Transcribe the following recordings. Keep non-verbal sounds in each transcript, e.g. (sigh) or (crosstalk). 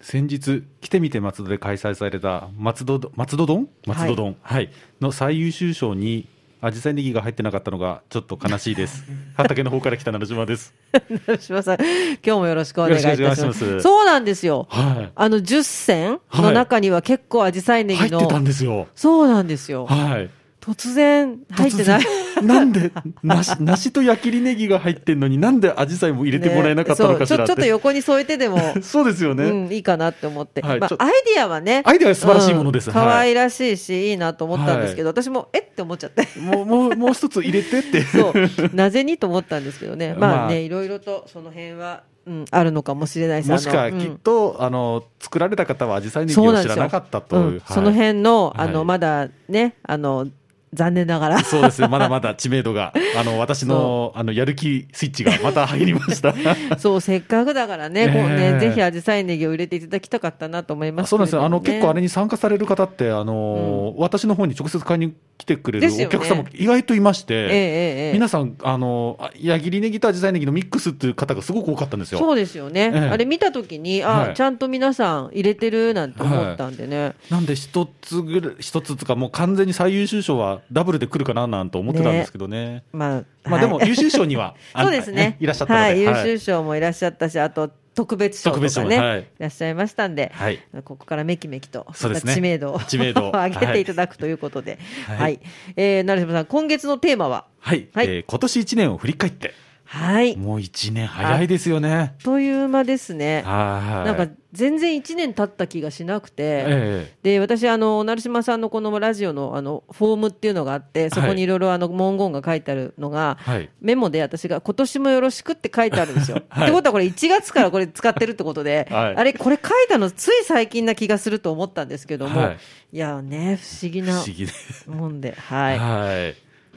先日来てみて松戸で開催された松戸ど松戸丼松戸丼、はいの最優秀賞に紫陽花ネギが入ってなかったのがちょっと悲しいです (laughs) 畑の方から来た奈良島です (laughs) 成島さん、今日もよろしくお願いいたしよます。ろしくお願いしますそうなんですよ。はあの10選の中には結構アジサイいネギ入っの、てたんですよそうなんですよ。はい突然入ってない。突然なんで梨梨と矢切ネギが入ってんのになんで紫陽花も入れてもらえなかったのかしらねそうちょっちょっとて、横に添えてでも、 (laughs) そうですよね、うん、いいかなって思って。はいまちょあ、アイディアはね。アイデアは素晴らしいものですうんはい可愛らしいし、いいなと思ったんですけど、私も、えって思っちゃって。 (laughs) もうもうもう一つ入れてってそう。なぜにと思ったんですけどね。ま (laughs) まああね、いろいろとその辺は、うん、あるのかもしれないですもしかあのうんきっと、あの作られた方は紫陽そ花うネギなをんですよ知らなかったとういんう、はいその辺の、あはの、いまだね、あの、残念ながら。そうですね、まだまだ知名度が、あの私のあのやる気スイッチがまた入りま (laughs) した。そう、せっかくだからね、ねえこうね、ぜひアジサイネギを入れていただきたかったなと思いますそうなんですよ、あのけれど結構もあれに参加される方って、あの私の方に直接買いに来てくれでるすよねお客様、意外といましねええて、えええ皆さん、あのあ矢切ネギとアジサイネギのミックスっていう方がすごく多かったんですよ。そうですよね、ええあれ見たときに、あ、はいちゃんと皆さん入れてるなんて思ったんでね、なんで、一つぐらい、一つとか、もう完全に最優秀賞はダブルで来るかななんて思ってたんですけどね。まあ、まあ、はい、でも優秀賞には (laughs) そうですねいらっしゃったので、はい、優はい秀賞もいらっしゃったし、あと特別賞と特別か賞もね、はいい、らっしゃいましたんで、はいここからめきめきと、そうですね知名度を知名 (laughs) 度を上げていただくということで、は、はいいえー、成島さん、今月のテーマは、はい、はいえー今年一年を振り返って。はい、あっもう一年早いですよね。という間ですね。はい。なんか全然1年経った気がしなくて、えで私あの、成島さんのこのラジオのあのフォームっていうのがあって、そこにいろいろあの文言が書いてあるのが、はいメモで私が今年もよろしくって書いてあるんですよ。 (laughs) はいってことは、これ、1月からこれ使ってるってことで、 (laughs) はいあれ、これ書いたの、つい最近な気がすると思ったんですけども、はいい、やね、不思議えな不思議で。もんで、は、はいい。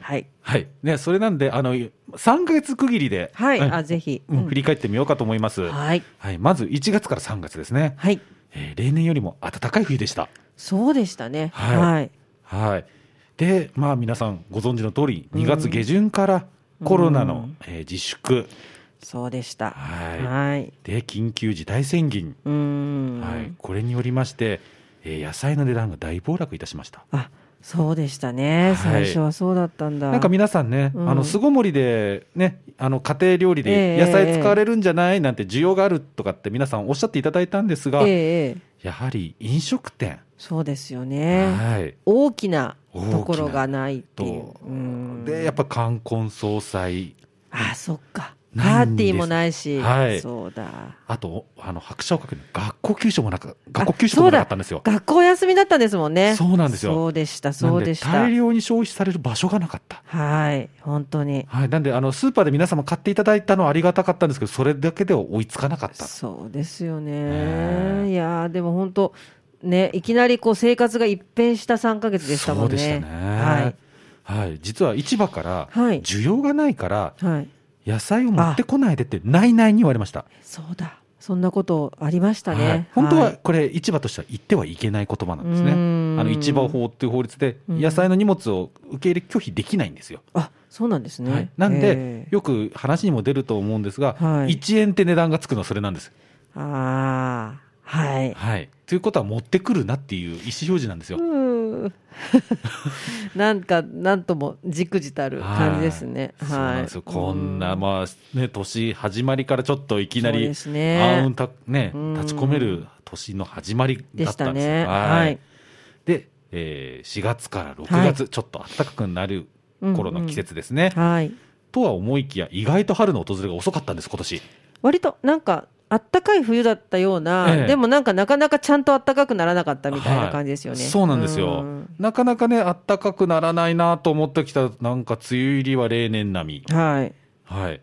はい、はい。ね、それなんで、あの、三ヶ月区切りで、はい、うんあぜひ、うん振り返ってみようかと思います。はい、はい。まず1月から3月ですね。はい、えー例年よりも暖かい冬でした。そうでしたね、はいはい、はい。で、まあ皆さんご存知の通り、2月下旬からコロナの、えー自粛、そうでした。はいはい、で、緊急事態宣言、うーん、はい。これによりまして、えー野菜の値段が大暴落いたしました。あそうでしたね、い最初はそうだったんだ。なんか皆さんね、うんあの巣ごもりで、ね、あの家庭料理えでえ野菜使われるんじゃないなんて需要があるとかって皆さんおっしゃっていただいたんですが、ええええやはり飲食店、そうですよね、はい、大きなところがないっていうと。うんでやっぱ冠婚葬祭あそっか、パないんーですティーもないし、はいそうだ。あとあの拍車をかける学校給食もなか学校給食もなかったんですよあ。そうだ学校休みだったんですもんね。そうなんですよそうでした、そうでしなんたで大。量に消費される場所がなかった。はい、本当に。はい、なんであのスーパーで皆様買っていただいたのはありがたかったんですけどそれだけでは追いつかなかったそうですよえね。いやーでも本当ね、いきなりこう生活が一変した三ヶ月でしたもんね。そうでしたね。はい。はい。実は市場から、はい需要がないから、はい。野菜を持ってこないでって、ないないに言われました。そうだ。そんなことありましたね。はい、本当はいこれ、市場としては言ってはいけない言葉なんですね。うーんあの市場法っていう法律で、うん野菜の荷物を受け入れ拒否できないんですよ。あ、そうなんですね。はい、なんえでえ、よく話にも出ると思うんですが、はい1円って値段がつくのはそれなんです。ああ、はい。はい、ということは、持ってくるなっていう意思表示なんですよ。うー (laughs) んなんか、なんとも、じくじたる感じですね。はいそうはなんい。ですよ。こんうな、まあ、ね、年始まりからちょっといきなそうり、ですね暗雲た、ね、うん立ち込める年の始まりでだしったたんですね。よはい。で、えー4月から6月、ちょっと暖かくなる頃の季節ですね。はい。とは思いきや、意外と春の訪れが遅かったんです、今年。割と、なんか、あったかい冬だったような、ええでもなんか、なかなかちゃんとあったかくならなかったみたいな感じですよね。はいそうなんですよん。なかなかね、暖かくならないなと思ってきた、なんか梅雨入りは例年並み。はい。はい。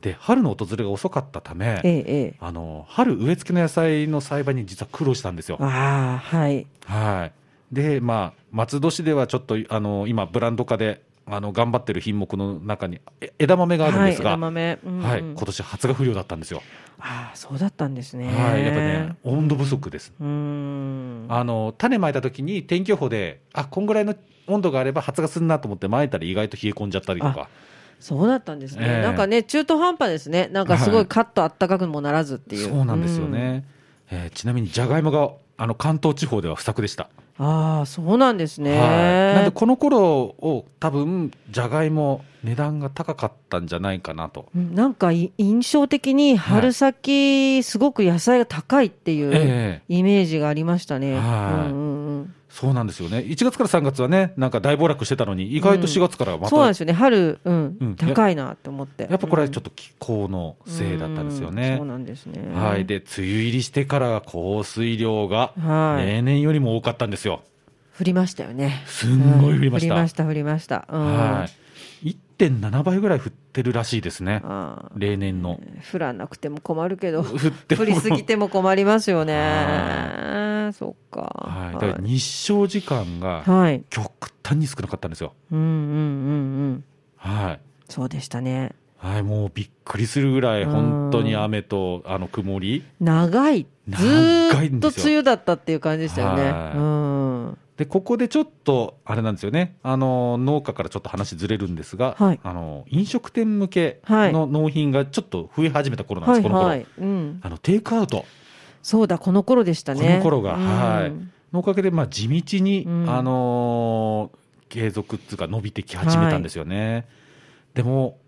で春の訪れが遅かったため、ええええ。あの春植え付けの野菜の栽培に実は苦労したんですよ。ああ、はい。はい、で、まあ、松戸市ではちょっとあの今、ブランド化であの頑張ってる品目の中にえ枝豆があるんはでい、す枝が、はい豆。うんうん今年発芽不良だったんですよ。ああ、そうだったんですね。はい、やっぱね、温度不足です。うーん。あの種まいた時に天気予報で、あこんぐらいの温度があれば発芽するなと思ってまいたら意外と冷え込んじゃったりとか、そうだったんですね、ええなんかね、中途半端ですね。なんかすごいカットあったかくもならずっていう。そうなんですよね。えーちなみにじゃがいもがあの関東地方では不作でした。うん。ああ、そうなんですね。はい、なんでこの頃を多分じゃがいも値段が高かったんじゃないかなと、うんなんかい印象的に春先、すごく野菜が高いっていうええイメージがありましたね。はいうんうんうんそうなんですよね1月から3月はねなんか大暴落してたのに意外と4月からはまた、そうなんですよね、春、うんうん高いなと思って。やっぱこれはちょっっと気候のせいだったんですよねそう、なんですね。はい、で梅雨入りしてから降水量がはい例年よりも多かったんですよ降りましたよね。すんごい降りましうんた、降りました、降りました。うんはい、1.7倍ぐらい降ってるらしいですねあー例年の降らなくても困るけど、降っても降りすぎても困りますよねは。そっか。はい、だから日照時間がはい。極端に少なかったんですよ。うんうんうんうん。はいそうでしたね。はい、もうびっくりするぐらい、うん本当に雨とあの曇り、長いず長いーんっとですよ梅雨だったっていう感じでしたよね。はいうんでここでちょっとあれなんですよね、あの農家からちょっと話ずれるんですが、はいあの飲食店向けはいの納品がちょっと増え始めた頃なはんです、いこの頃、はい、うん、あのテイクアウトそうだこの頃でしたね。この頃がうんはいのおかげで、まあ、地道に、うんあのー継続っていうか、伸びてき始めたんですよね。でも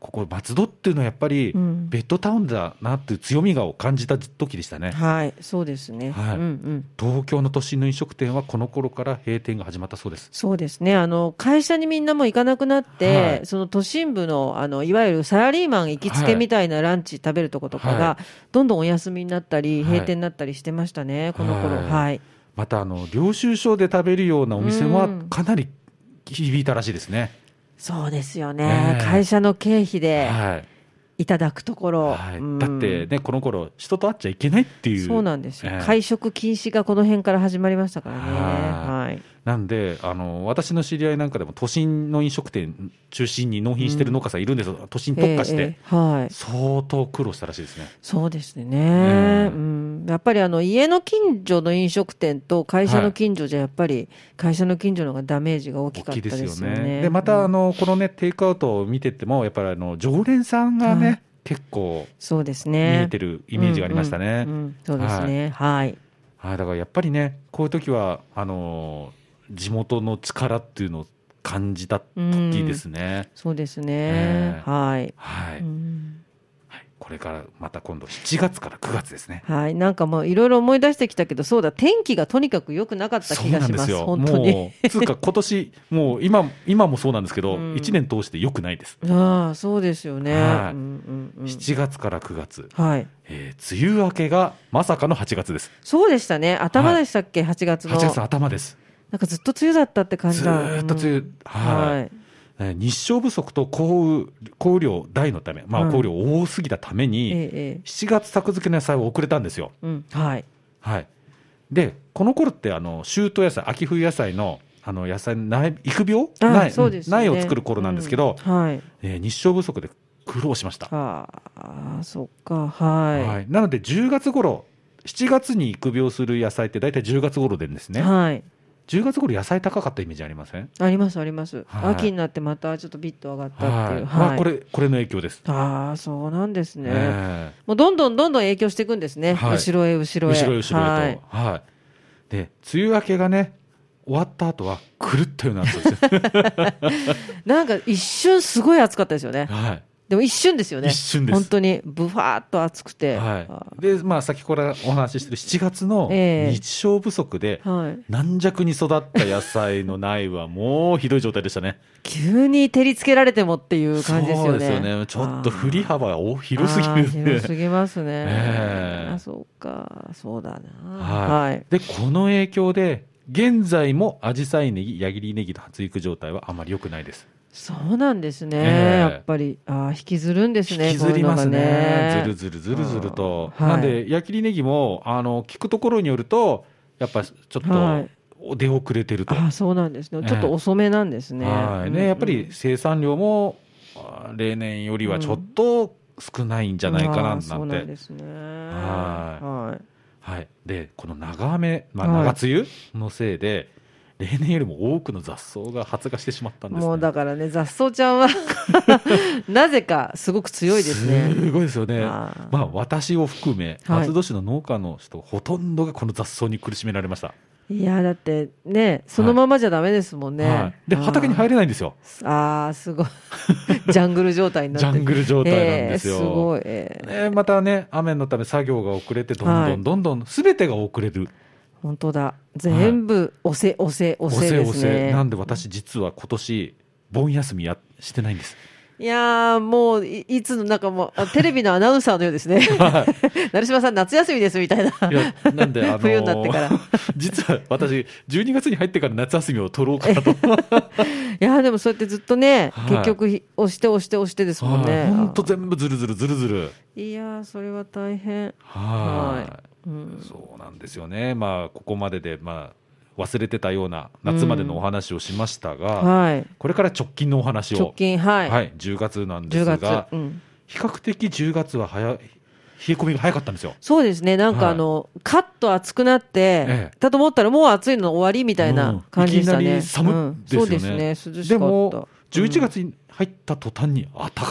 ここ松戸っていうのはやっぱりうんベッドタウンだなっていう強みがを感じた時でしたね。はい、そうですね。はいうんうん、東京の都心の飲食店はこの頃から閉店が始まったそうです。そうですね。あの会社にみんなもう行かなくなって、はいその都心部のあのいわゆるサラリーマン行きつけみたいなランチ食べるとことかが、はどんどんお休みになったりはい閉店になったりしてましたね。この頃、はいはい。またあの領収書で食べるようなお店うはんかなり響いたらしいですね。そうですよね。ねえ会社の経費ではいいただくところ、はいうんだってねこの頃人と会っちゃいけないっていう。そうなんですよ、ええ会食禁止がこの辺から始まりましたからね、ははいなんであの私の知り合いなんかでも都心の飲食店中心に納品してる農家さんいるんですよ。都心に特化して、ええええはい、相当苦労したらしいですね。そうですね、えうん、やっぱりあの家の近所の飲食店と会社の近所じゃ、やっぱり会社の近所の方がダメージが大きか大っきたいでですすよよね。ね。でまた、うんあのこのねテイクアウトを見ててもやっぱりあの常連さんがね、はい結構そうです見ねえてるイメージがありましたね。うんうんうんそうですね、はい、はい、だからやっぱりね、こういう時はあのー地元の力っていうのを感じた時ですね。そうですえね、えはい、はい、うんはいこれからまた今度7月から9月ですね。はい、なんかもういろいろ思い出してきたけど、そうだ、天気がとにかく良くなかったそう気がなんしでますす、よ。本当に。もう、つうか今年、もう今、今もそうなんですけど、うん1年通して良くないです。ああ、そうですよね。はいうんうんうん7月から9月、はい。えー梅雨明けがまさかの8月です。そうでしたね。頭でしたっけ、8月の。 8月の頭です。なんかずっと梅雨だったって感じずだ。ーっと梅雨、うんはいはい。えー日照不足と降雨降雨量大のため、まあ、うん降雨量多すぎたためえに、えええ7月作付けの野菜は遅れたんですよ。うん。はい。はい、でこの頃ってあの秋冬野菜秋冬野菜のあの野菜苗育苗あ苗そうですうんよね苗を作る頃なんですけど、うんはい。えー日照不足で苦労しました、ああ、そっか。はい。はいなので10月頃7月に育苗する野菜って大体10月頃でんですね、はい10月頃野菜高かったイメージありませんありますあります、はい秋になってまたちょっとビッと上がったっはていい、う。まはあ、い。これこれの影響です、ああ、そうなんですね。えもうどんどんどんどん影響していくんですね。はい後ろへ後ーろへ。後ろへ後ろへと、ははいい。で梅雨明けがね終わった後は狂ったような暑さですよ、なんか一瞬すごい暑かったですよね。はいでも一瞬ですよね。一瞬です本当にブファーっと暑くて。あはーい、で、まあ、先ほどお話ししてる7月のええ日照不足で、はい、軟弱に育った野菜の苗はもうひどい状態でしたね。急に照りつけられてもっていう感じですよそうね。ですよね。ちょっと振り幅幅がお広すぎ広るすぎますね。ええあそうか、そうだな。は。はいで、この影響で、現在もアジサイネギ、矢切ネギの発育状態はあまり良くないです。そうなんですね、ええやっぱりあー引きずるんですね引きずりますこねういうのがねずるずるずるずると、うんはいなんで矢切ネギもあの聞くところによるとやっぱちょっはいと出遅れてると、あーそうなんですね、ええちょっと遅めなんですね,、はいうんうねんやっぱり生産量もあ例年よりはちょっと少ないんじゃないかなあーなんて、そうなんですねはいはいはい、でこの長雨、まあ、はい長梅雨のせいで、例年よりも多くの雑草が発芽してしまったんです、ね、もうだからね雑草ちゃんは (laughs) なぜかすごく強いですね。すごいですよねあーまあ、私を含めはい松戸市の農家の人、ほとんどがこの雑草に苦しめられました、いやだってねそのままじゃダメですもんね。はい、で畑に入るれないんですよあーすごい (laughs) ジャングル状態になっジてャングル状態なんですよ、えーすごい、えーねまたね雨のため作業が遅れてどんはどいんどんどんすべてが遅れる、本当だ全部押せ押せ押せですね。なんで私実は今年盆休みやしてない (laughs) んですいやーもういいつのなんかも (laughs) うあテレビのアナウンサーのようですね。 (laughs) 成島さん夏休みですみたいな。いやなんで、あの (laughs) ー冬になってから (laughs) 実は私、12月に入ってから夏休みを取ろうか (laughs) なと、いやーでもそうやってずっとね、はい結局ひ押して押して押してですもんね。本当、全部ずるずるずるずる、いやーそれは大変。はうい、ん、そうなんですよね、まあ、ここまでで、まあ、忘れてたような夏までのお話をしましたが、はい。これから直近のお話を、直近はい、はい、10月なんで10す月、が、うん、比較的10月は早い冷え込みが早かったんですよ。そうですねなんかあの、カッと暑くなって、ええだと思ったらもう暑いの終わりみたいな感じでしたね、うんいきなり寒うんですよねそうですね涼しかったでも、11うん月に入った途端に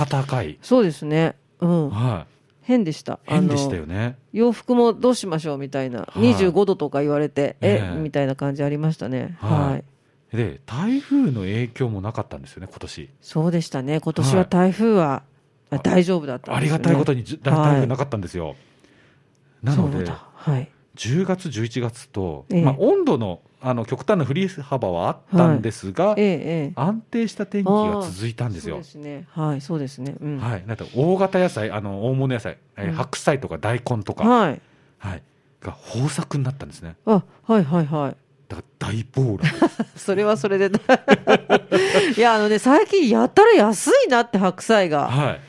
暖かい、そうですねうんはい、変でしたあの変でしたよね。洋服もどうしましょうみたいな、はい25度とか言われてえええみたいな感じありましたねはいはいで台風の影響もなかったんですよね、今年そうでしたね今年は台風は、あ大丈夫だったあんでりすよがねたいことに、じゅ台はい風なかったんですよ。なのそうで、だはい10月、11月と、ええまあ、温度のあの極端な振り幅はあったんですが、ええええ安定した天気が続いたんですそうよで。すねはいそうですねうんはい、なんか大型野菜、あの大物野菜、えーうん白菜とか大根とか、はいはい、が豊作になったんですね。あはいはいはいだから大 (laughs) 暴落。それはそれで (laughs) いやあのね最近やたら安いなって白菜がはい、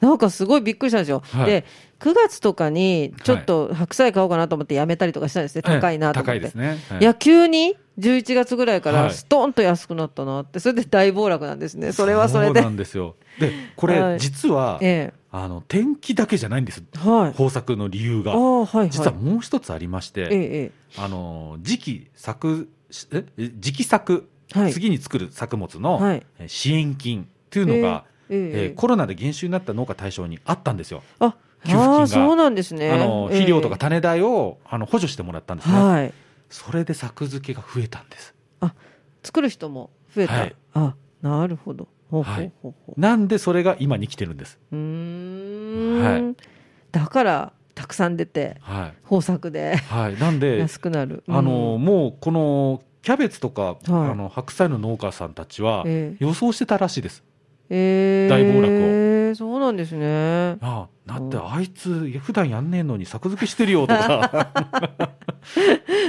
なんかすごいびっくりしたんですよ、はいで9月とかにちょっと白菜買おうかなと思ってやめたりとかしたんですね高いなと思って、ええ高いですね。はいいや急に11月ぐらいかはらいストンと安くなったなってそれで大暴落なんですねそれはそれでうなんですよ。で、こはれい実は、えあの天気だけじゃないんです。えはい豊作の理由あが、あはいはい実はもう一つありまして、ええあの時期作しええ時期作、ええはい次に作る作物の、はいえ支援金というのが、えええええーコロナで減収になった農家対象にあったんですよ、あ給付金あがーそうなんですねあのええ肥料とか種代をあの補助してもらったんですね、はいそれで作付けが増えたんです作る人も増えた、はいあなるほどほうほはういほうほう、なんでそれが今に来てるんです、うーん、はだからたくさん出てはい豊作ではい、なんで、安くなる、あのうんもうこのキャベツとか、あの白菜の農家さんたちはええ予想してたらしいです、えー、大暴落ををそうなんですねああだってうんあいつ普段やんねえのに作付けしてるよ (laughs) とか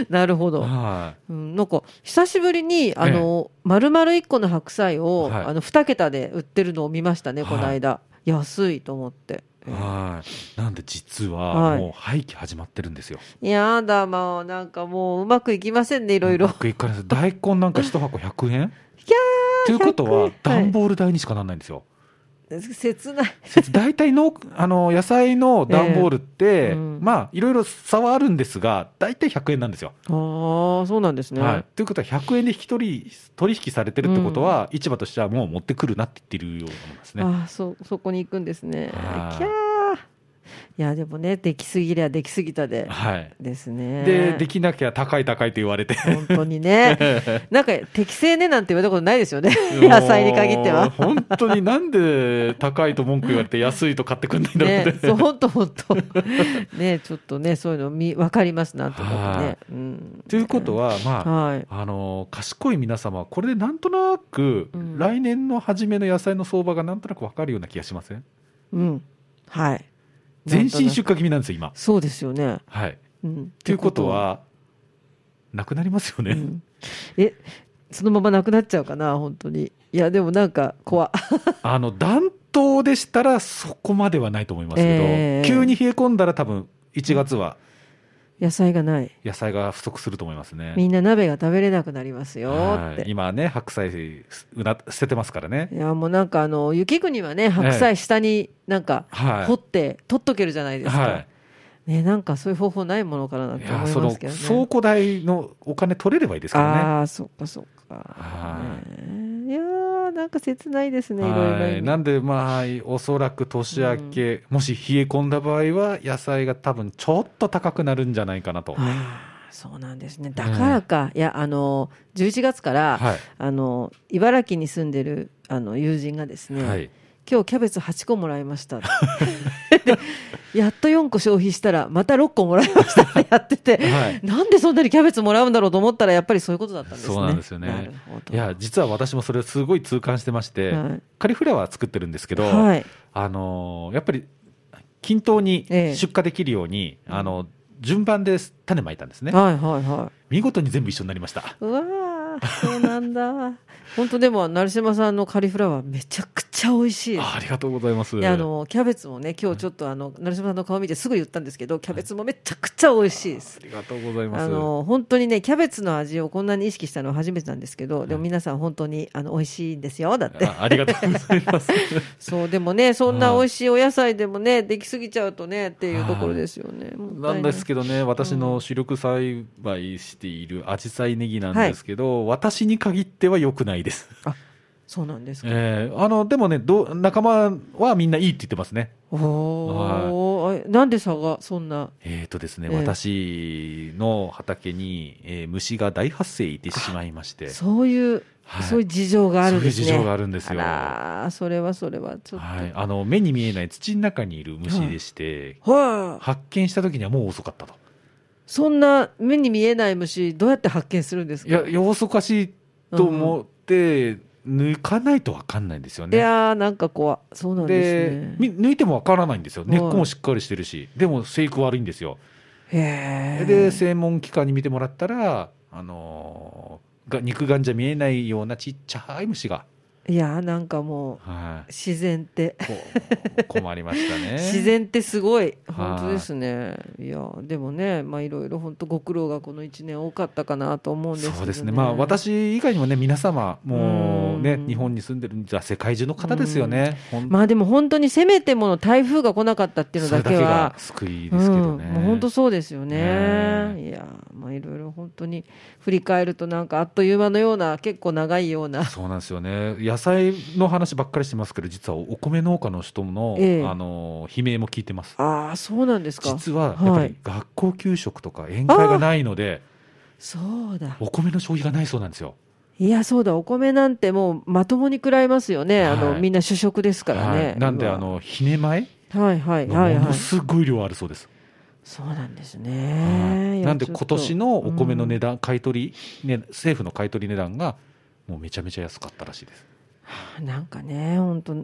なるほど、はうん、なんか久しぶりにあの、丸々1個の白菜を、はいあの2桁で売ってるのを見ましたねはいこの間、安いと思って、いはいなんで実ははいもう廃棄始まってるんですよ、やだもうなんかもううまくいきませんねいいろいろいかないです大根なんか一箱100円いやということ100は円段ボール代にしかならないんですよ、切ない大体のあの野菜の段ボールって、うんまあいろいろ差はあるんですが大体100円なんですよ、ああそうなんですね、はい、ということは100円で引き取り取引されてるってことは、市場としてはもう持ってくるなって言ってるようなもんですねああそそこに行くんですねはいキャーいやでもねできすぎりゃできすぎたではいですねでできなきゃ高い高いと言われて本当に (laughs) ねなんか適正ねなんて言われたことないですよね (laughs) 野菜に限ってもうは本当になんで高いと文句言われて安いと買ってくんないんだろうねっ、て、そう本当本当ねちょっとねそういうのみ分かりますなんとなくはねい。うんということはまあはい。あの賢い皆様はこれでなんとなく、うん来年の初めの野菜の相場がなんとなく分かるような気がしませんうんはい。全身なんと出なく荷気味なんですよ今そうですよね。はいうん。ということはなくなりますよというね、ことは。うんえそのままなくなっちゃうかな本当にいやでもなんか怖あの暖冬でしたらそこまではないと思いますけど、えー急に冷え込んだら多分1月は (laughs) 野菜がない野菜が不足すると思いますね。みんな鍋が食べれなくなりますよはっいて今ね白菜うな捨ててますからね。いやもうなんかあの雪国はね白菜下になんかはい。掘って取っとけるじゃないですか、は。ね、なんかそういう方法ないものからないんいてや思いそのますけどね倉庫代のお金取れればいいですからね。ああそっかそっかは、ねいやーなんか切ないですねいろいろはい。なんでまあおそらく年明け、もし冷え込んだ場合は野菜が多分ちょっと高くなるんじゃないかなと。はあーそうなんですねだからか、いやあの11月から、い。あの茨城に住んでるあの友人がですね、はい。今日キャベツ8個もらいましたって (laughs) でやっと4個消費したらまた6個もらいました (laughs) ってやってて、はいなんでそんなにキャベツもらうんだろうと思ったらやっぱりそういうことだったんですねそうなんですよねなるほどいや実は私もそれをすごい痛感してまして、はいカリフラワー作ってるんですけど、はいあのーやっぱり均等にええ出荷できるように、うんあの順番で種まいたんですねはいはいは見事に全部一緒になりましたいうわーそうなんだ本当でも成島さんのカリフラワーめちゃくちゃ美味しいですあありがとうございますいやあのキャベツもね今日ちょっとあの成島さんの顔見てすぐ言ったんですけどキャベツもめちゃくちゃ美味しいですあ。りがとうございますあの本当にねキャベツの味をこんなに意識したのは初めてなんですけどでも皆さん本当にあの美味しいんですよだってあありがとうござい (laughs) ますそうでもねそんなはい美味しいお野菜でもねできすぎちゃうとねっていうところですよね。もったいなんですけけどね私の主力栽培しているアジサイネギなんですけど、私に限っては良くないです、そうなんですか。えーあのでもねどう仲間はみんないいって言ってますねおお、えなんで差がそんな。えーとですね、ええ私の畑に、えー虫が大発生いてしまいまして、そういう、はいそういう事情があるんですね。そういう事情があるんですよあらー、それはそれはちょっと。はい、あの目に見えない土の中にいる虫でして、はあ、発見した時にはもう遅かったと。そんな目に見えない虫どうやって発見するんですいか。や、よそかしいと思って、抜かないと分かんないんですよいね。やーなんか怖いそうなんでですね。み抜いても分からないんですよ、はい根っこもしっかりしてるし、でも生育悪いんですよ。へーで、専門機関に見てもらったら、あのーが肉眼じゃ見えないようなちっちゃい虫が、いやーなんかもはう自然って、い、こ困りましたね。自然ってすごいはい本当ですね。いやーでもねまあいろいろ本当ご苦労がこの一年多かったかなと思うんですけど、ね。そうですね、まあ、私以外にもね、皆様、もうね、うん日本に住んでるんじゃ、世界中の方ですよね、ほんまあでも本当にせめてもの台風が来なかったっていうのそれだだけけはが。救いですけどね。うん、もう本当そうですよね。ねいやー、まあいろいろ本当に振り返るとなんかあっという間のような結構長いような。そうなんですよね野菜の話ばっかりしてますけど実はお米農家の人の、ええあの悲鳴も聞いてますああそうなんですか。実はやっぱはりい学校給食とか宴会がないのでそうだ。お米の消費がないそうなんですよいやそうだお米なんてもうまともに食らいますよね。あはのいみんな主食ですからね。はい、なんで今あのひね前はいはいのはいもはのい。すごい量あるそうです、そうなんですはいね。なんで今年のお米の値段、段、買い取り、ね、政府の買い取り値段がもうめちゃめちゃ安かったらしいです。うんなんかね本当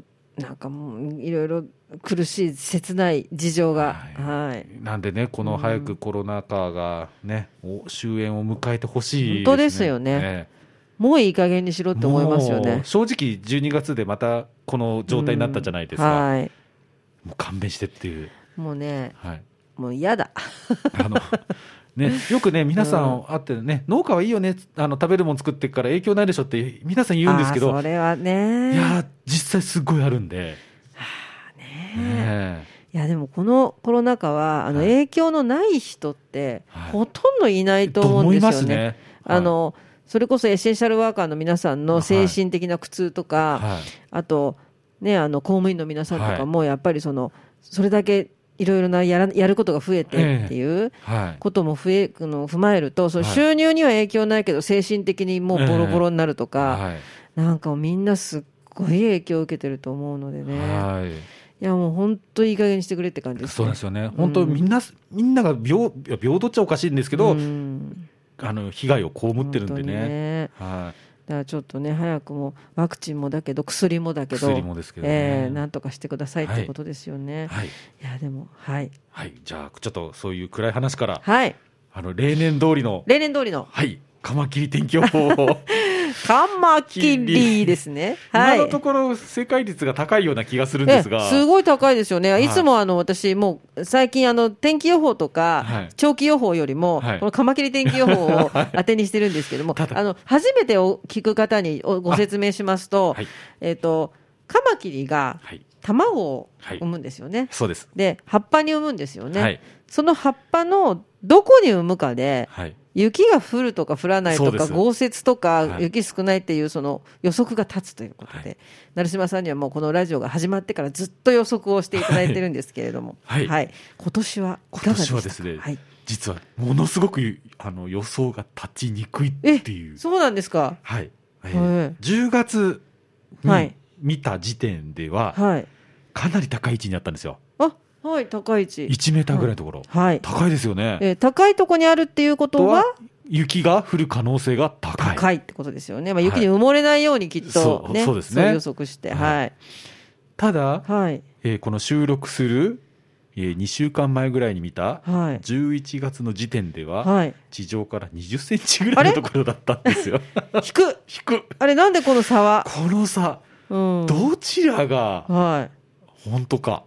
なんかもういろいろ苦しい切ない事情がははいなんでね、この早くコロナ禍がね、お終焉を迎えてほしい、本当ですよねねもういい加減にしろって思いますよもねう。正直、12月でまたこの状態になったじゃないですか、うんはい。もう勘弁してっていう、もうね、はい、もう嫌だ。あの (laughs) ね、よくね、皆さん会ってね、農家はいいよね、あの食べるもの作ってから影響ないでしょって、皆さん言うんですけあーどそ、れはいね。やー、実際、すごいあるんで。ねねえいやでもこのコロナ禍はあのはい影響のない人ってはいほとんどいないと思うんですよね。と思いますねあ、のそれこそエッセンシャルワーカーの皆さんの精神的な苦痛とか、はいはいあとねあの公務員の皆さんとはいかもやっぱりそのそれだけいろいろなやらやることが増えてっていう。はいことも増えあの踏まえると、そのはい収入には影響ないけど、精神的にもうボロボロになるとか、はいなんかみんなすっごい影響を受けてると思うのでね、はいいやもう本当、いい加減にしてくれって感じですそうなねんです。よね、本当、うんみんな、みんなが平いや平等っちゃおかしいんですけうど、んあの被害を被ってる本んで当にね、ねはだからちょっとね、早くもワクチンもだけど、薬もだい、けど、薬もですけどね、えーなんとかしてくださいってことですよね。はいい、や、でも、はい、はい、じゃあ、ちょっとそういう暗い話から、はい、あの例年通りの、例年通りのはい、カマキリ天気予報を、カマキリですね。は今い。のところ正解率が高いような気がするんですえがえすごい高いですよね、はいい、つもあの私、もう最近、あの天気予報とか、はい長期予報よりも、はいこのカマキリ天気予報を当てにしてるんですけども、あの初めてお聞く方におご説明しますと,、はいえっと、カマキリがはい卵を産むんですよね、そうですで葉っぱに産むんですよね、はいその葉っぱのどこに産むかで、はい雪が降るとか降らないそとうでかす豪雪とかはい雪少ないっていうその予測が立つということで、はい成島さんにはもうこのラジオが始まってからずっと予測をしていただいてるんですけれども、はい今年はいか今がでし年たはかですね、はい、実はものすごくあの予想が立ちにくいっていうえそうなんですかはい、えへえー、10月はにい見た時点でははいかなり高い位置にあったんですよあはい高い位置1メーターぐらいのところ、はい、高いですよねえー高いとこにあるっていうこととはは雪が降る可能性が高い高いってことですよね、まあ、はい雪に埋もれないようにきっとそ、うねそうですね予測してはいただ、はいえーこの収録する、え2週間前ぐらいに見たはい11月の時点では、はい地上から20センチぐらいのあれところだったんですよ引く (laughs) 低くあれなんでこの差は、このさうん、どちらがはい本当か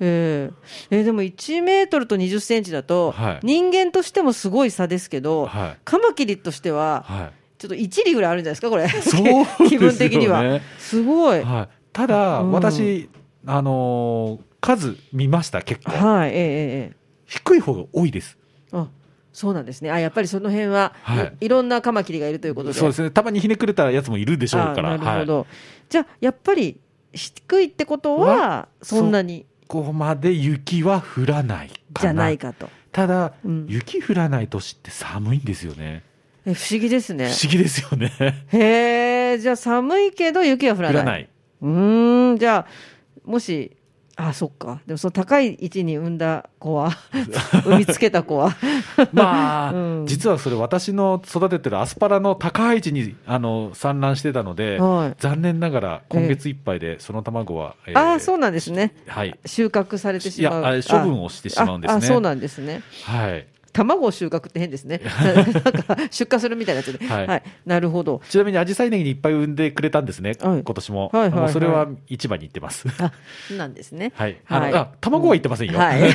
えええーでも1メートルと20センチだと、はい人間としてもすごい差ですけど、はいカマキリとしては、はちょっと1厘ぐらいあるんじゃないですか、これ、いそうですよね (laughs) 気分的には。すごい。はい、ただ、うん私、あのー数見ました結構、はい、えええええ低い方が多いですえあそうなんですね、あやっぱりその辺は、はいい、ろんなカマキリがいるということで、そうですねたまにひねくれたやつもいるでしょうかあらなるほはい、ど、じゃあ、やっぱり低いってことは、そんなにここまで雪は降らないかなじゃないかと、ただ、うん雪降らない年って寒いんですよねえ不思議です不ね。思議ですよねへえ、じゃあ寒いけど雪は降降らならい。ないうーん、じゃあ、もし、あ、そっか。でも、その高い位置に産んだ子は、 (laughs) 産みつけた子は。 (laughs) ま (laughs) あ、うん実はそれ私の育ててるアスパラの高い位置にあの産卵してたので、はい残念ながら今月いっぱいでその卵は、え (laughs) ーああ、そうなんですね。はい収穫されていしまう。やあ処分をしてしまうんですねああ、そうなんですね。はい卵を収穫って変です (laughs) ね。なんか、出荷するみたいなやつで。はいなるほど。ちなみにアジサイネギにいっぱい産んでくれたんですね、はい今年も、はいはいはいもうそれは市場に行ってます。あ、そうなんですね。はい、あのはいあ卵は行ってませんよ。 (laughs) はい。 (laughs)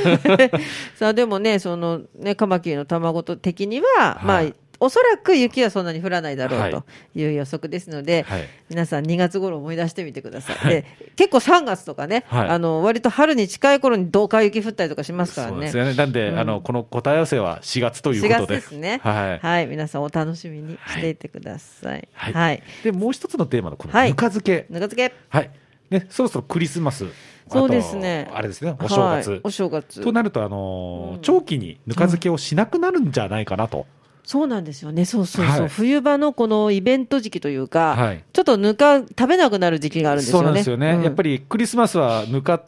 さあ、でもね、そのね、カマキリの卵と的には、はいまあ、おそらく雪はそんなに降らないだろはういという予測ですので、 (laughs) はい皆さん2月頃思い出してみてください。で、結構3月とかね、はいあの、割と春に近い頃にどうか雪降ったりとかしますかそらうでね。すよね。なんで、うんあのこの答え合わせは4月という4こと月で。ですね。はい。はい。皆さんお楽しみにしていてください。ははいい。でもう一つのテーマのこのはいぬか漬け。ぬか漬け。はい。ねそろそろクリスマス。そうですねあとあれですねお正月。はいお正月。となると、あのーうん長期にぬか漬けをしなくなるんじゃないかなと、そうなんですよね。そうそうそう。はい冬場のこのイベント時期というか、はいちょっとぬか食べなくなる時期があるんですそよね。うなんですよね、やっぱり。りクリスマスはぬか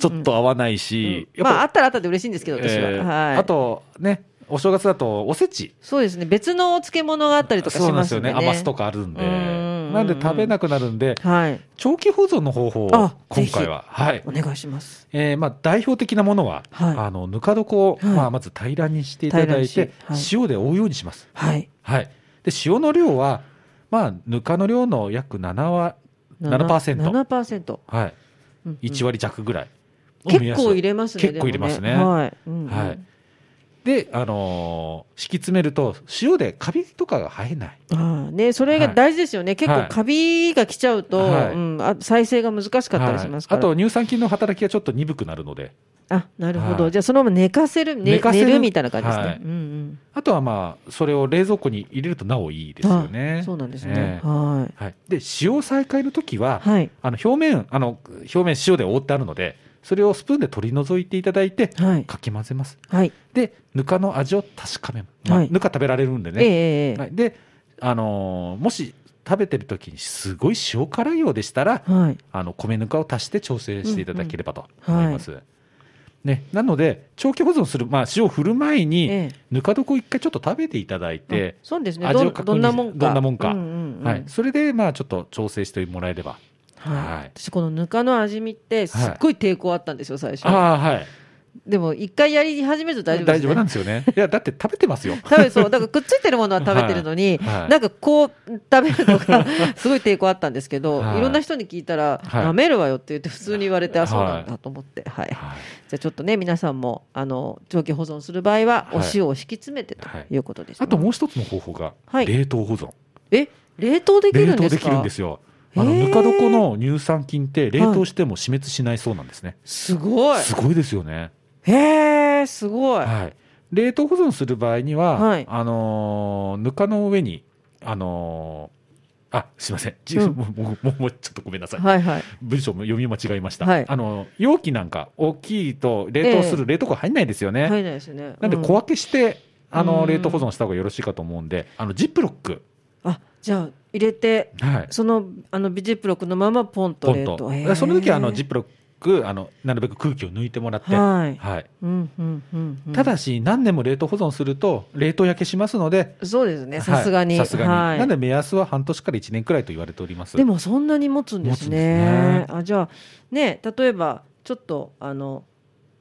ちょっと合わないし、やっぱまあ、あったらあったで嬉しいんですけど、私は。えーはい。あ、とねお正月だとおせちそうですね。別のお漬物があったりとかしそうなんまですすよんでねね。余すとかあるんうでんうんうんなんで食べなくなるんではい。長期保存の方法をあ今回ははいお願いします。えーまあ、代表的なものは、はいあのぬか床を、はいまあ、まず平らにしていただい平て、らにし塩で覆うようにします、はい。はい、で塩の量は、まあ、ぬかの量の約7割、7% 7%。はい、うんうん1割弱ぐらいを目結安構入れますね。結構入れますねでもはい。うんうんはい。で、あのー敷き詰めると塩でカビとかが生えないああね、それが大事ですよね、結は構いカビが来ちゃうと、はいうん、あ再生が難しかったりしますから、はいあと乳酸菌の働きがちょっと鈍くなるのであなるほど、はいじゃあそのまま寝かせる、ね、寝寝かせるるみたいな感じですね、はいうんうん、あとはまあそれを冷蔵庫に入れるとなおいいですよねあそうなんですね、ええはい、はい、で塩を再開の時は、はい、あの表面あの表面塩で覆ってあるのでそれをスプーンで取り除いていただいて、はい、かき混ぜますはい、でぬかの味を確かめます、まあはいぬか食べられるんでええね、ええはい、で、あのーもし食べてる時にすごい塩辛いようでしたらはい、あの米ぬかを足して調整していただければと思います。ね、なので長期保存する、まあ、塩を振る前えに、えぬか床を一回ちょっと食べていただいてあ、そうですね、味をど確認どんなもんか、どんなもんかうんうんうんはい、それでまあちょっと調整してもらえればはいはい私、このぬかの味見って、すっごい抵抗あったんですよ、最初、ああはいでも一回やり始めると大丈夫です、ね、なんですよね。いや、だって食べ (laughs) てますよ。食べそうだからくっついてるものは食べてるのに、はいはいなんかこう食べるの (laughs) がすごい抵抗あったんですけど、はいい、ろんな人に聞いたら、はい舐めるわよって言って普通に言われて、はあいそうなんだと思って、はいはいじゃあちょっとね皆さんもあの長期保存する場合はおはい塩を敷き詰めてとはいいうことですね、あともう一つの方法が、はい冷凍保存。え冷凍できる冷んで凍すでかきるんですよ。あのへーぬか床の乳酸菌って冷凍しても死滅しないそうなんですね。すごいすごいですよね。へえすごいはい。冷凍保存する場合には、はいあのーぬかの上にあのーあすいません、じうん (laughs) もうもうもうもうちょっとごめんなさい、はいはい文章も読み間違えました、はいあの容器なんか大きいと冷凍する冷凍庫入んないですよね、入んないですよねなんでうん小分けして、あうのん冷凍保存した方がよろしいかと思うんで、あのジップロック、あじゃあ入れてはい、そのあのビジップロックのままポンとポ冷ン凍と、へーその時はあのジップロックあのなるべく空気を抜いてもらって、ははいいうんうんうんうんただし何年も冷凍保存すると冷凍焼けしますのでそうですねはいさすがにさすがに、はいなので目安は半年から1年くらいと言われておりますでもそんなに持つんですね持つんですねあじゃあね例えばちょっとあの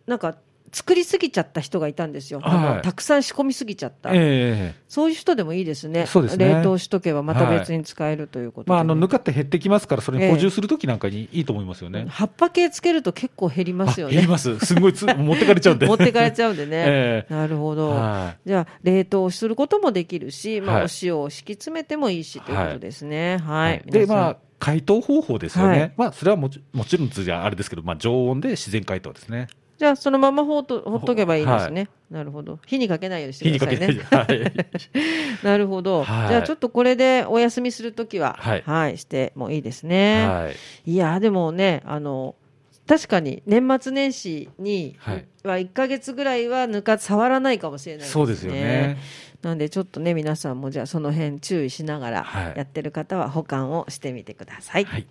なんか作りすぎちゃった人がいたんですよ、あはのいたくさん仕込みすぎちゃった、ええそういう人でもいいですねそうですね冷凍しとけばまた別に使えるということで、まああのぬぬかって減ってきますからそれに補充するときなんかにいいと思いますよね、葉っぱ系つけると結構減りますよあ減りねますす (laughs) んごいつ持ってかれちゃうんで持ってかれちちゃうんでね、 (laughs) えなるほえど、はじゃあ冷凍することもできるし、まあ、はいお塩を敷き詰めてもいいしということですね。い、はい。で皆さんまあ解凍方法ですよね、はいまあそれはもちもちろん次はあれですけど、まあ、常温で自然解凍ですねじゃあそのままほうとほっとけばいいんですね。なるほど。火にかけないようにして火くにだかさけいて、ね。はい、 (laughs) なるほど。はいじゃあちょっとこれでお休みするときは、は、はいいしてもいいですね。はいい、やーでもねあの確かに年末年始にはいは1か月ぐらいはぬか触らないかもしれないですね。そうですよね。なんでちょっとね皆さんもじゃあその辺注意しながらはいやってる方は保管をしてみてください。はい。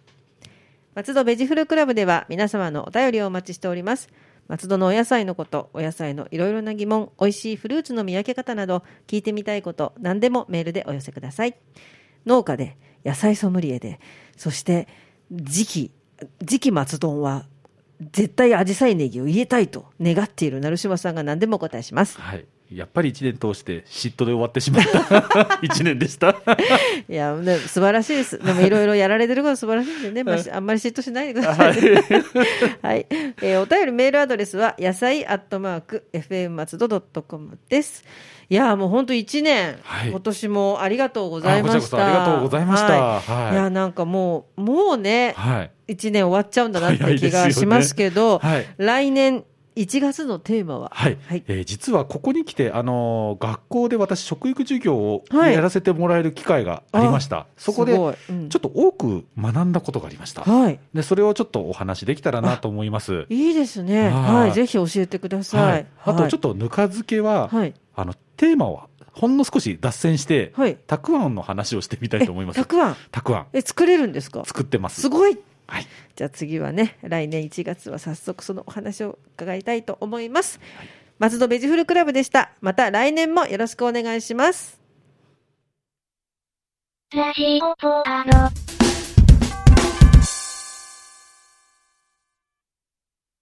松戸ベジフルクラブでは皆様のお便りをお待ちしております松戸のお野菜のことお野菜のいろいろな疑問おいしいフルーツの見分け方など聞いてみたいこと何でもメールでお寄せください農家で野菜ソムリエでそして次期次期松戸は絶対アジサイネギを入れたいと願っている成島さんが何でもお答えしますはい。やっぱり一年通して嫉妬で終わってしまった (laughs) 一年でした。いや、ね、素晴らしいです。でもいろいろやられてること素晴らしいんでね、 (laughs) まあし、あんまり嫉妬しないでください。 (laughs) はい、えーお便りメールアドレスは、野菜アットマーク、FM 松戸ドットコムです。いやー、もう本当一年、はい今年もありがとうございまあこちらこしそた。ありがとうございましたは。はいいいやー、なんかもう、もうね、はい。一年終わっちゃうんだなって早い気ですよがねしますけど、はい来年1月のテーマは、はい、はいえー実はここに来て、あのー学校で私、食育授業をはいやらせてもらえる機会がありました、そこでちすごょいうんっと多く学んだことがありました、はい。でそれをちょっとお話できたらなと思います。いいですね。はいはい。ぜひ教えてくださはいい、。あとちょっっとぬか漬けは、はい。あのテーマをほんの少し脱線して、はいたくあんの話をしてみたいと思いまえすた。くあん。たくあんえ、作れるんですか作ってます。すごいはいじゃあ次はね、来年1月は早速そのお話を伺いたいと思います。松戸ベジフルクラブでした。また来年もよろしくお願いします。ラジオポアド。